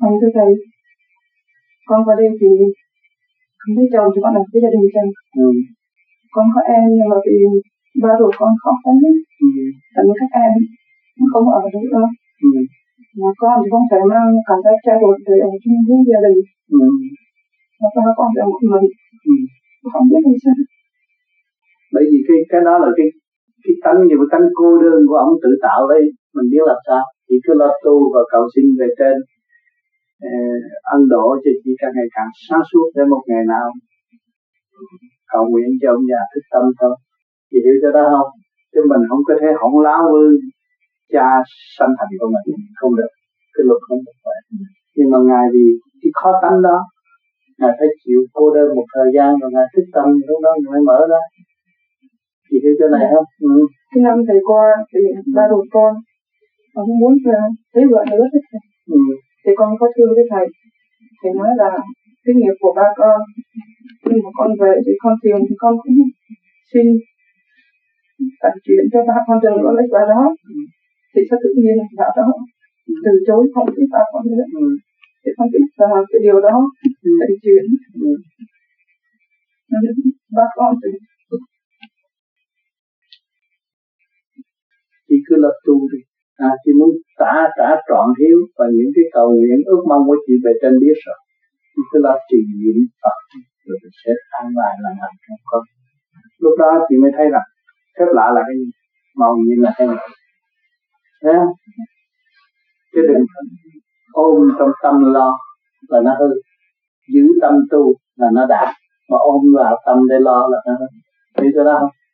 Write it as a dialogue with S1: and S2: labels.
S1: thầy tôi thầy con vào đây thì không biết chồng thì con làm với gia đình chồng
S2: ừ.
S1: con có em nhưng mà vì ba ruột con khó tính á,
S2: Ừ.
S1: tại vì các em nó không ở đấy đâu
S2: Ừ.
S1: mà con thì không phải mang cảm giác cha ruột để ở chung với gia đình
S2: Ừ.
S1: mà ba con thì ở một mình
S2: Ừ.
S1: Con không biết làm sao
S2: bởi vì cái cái đó là cái cái tánh nhiều cái tánh cô đơn của ông tự tạo đấy mình biết làm sao chỉ cứ lo tu và cầu xin về trên ờ, ân độ cho chị càng ngày càng sáng suốt để một ngày nào cầu nguyện cho ông già thức tâm thôi chị hiểu cho đó không chứ mình không có thể hỗn láo với cha sanh thành của mình không được cái luật không được vậy nhưng mà ngài vì cái khó tánh đó ngài phải chịu cô đơn một thời gian rồi ngài thức tâm lúc đó ngài mới mở ra chị hiểu chỗ này không ừ.
S1: cái năm thầy qua thì ba ruột con mà không muốn là thấy vợ nữa thích thầy
S2: Ừ.
S1: thì con có thư với thầy thầy nói là cái nghiệp của ba con khi mà con về thì con thiền thì con cũng xin tặng chuyện cho ba con đừng có lấy bà đó thì sao tự nhiên bà đó từ chối không biết ba con nữa
S2: Ừ.
S1: thì con biết là cái điều đó
S2: Ừ.
S1: tặng chuyện
S2: Ừ.
S1: Nên ba con thì
S2: Chị cứ lập tu đi à, chị muốn tả tả trọn hiếu và những cái cầu nguyện ước mong của chị về trên biết rồi chị cứ lo trì niệm Phật rồi mình sẽ an bài làm hạnh trong con lúc đó chị mới thấy rằng phép lạ là cái gì màu nhiệm là cái gì Thấy không? chứ đừng ôm trong tâm lo là nó hư giữ tâm tu là nó đạt mà ôm vào tâm để lo là nó hư hiểu cho đó không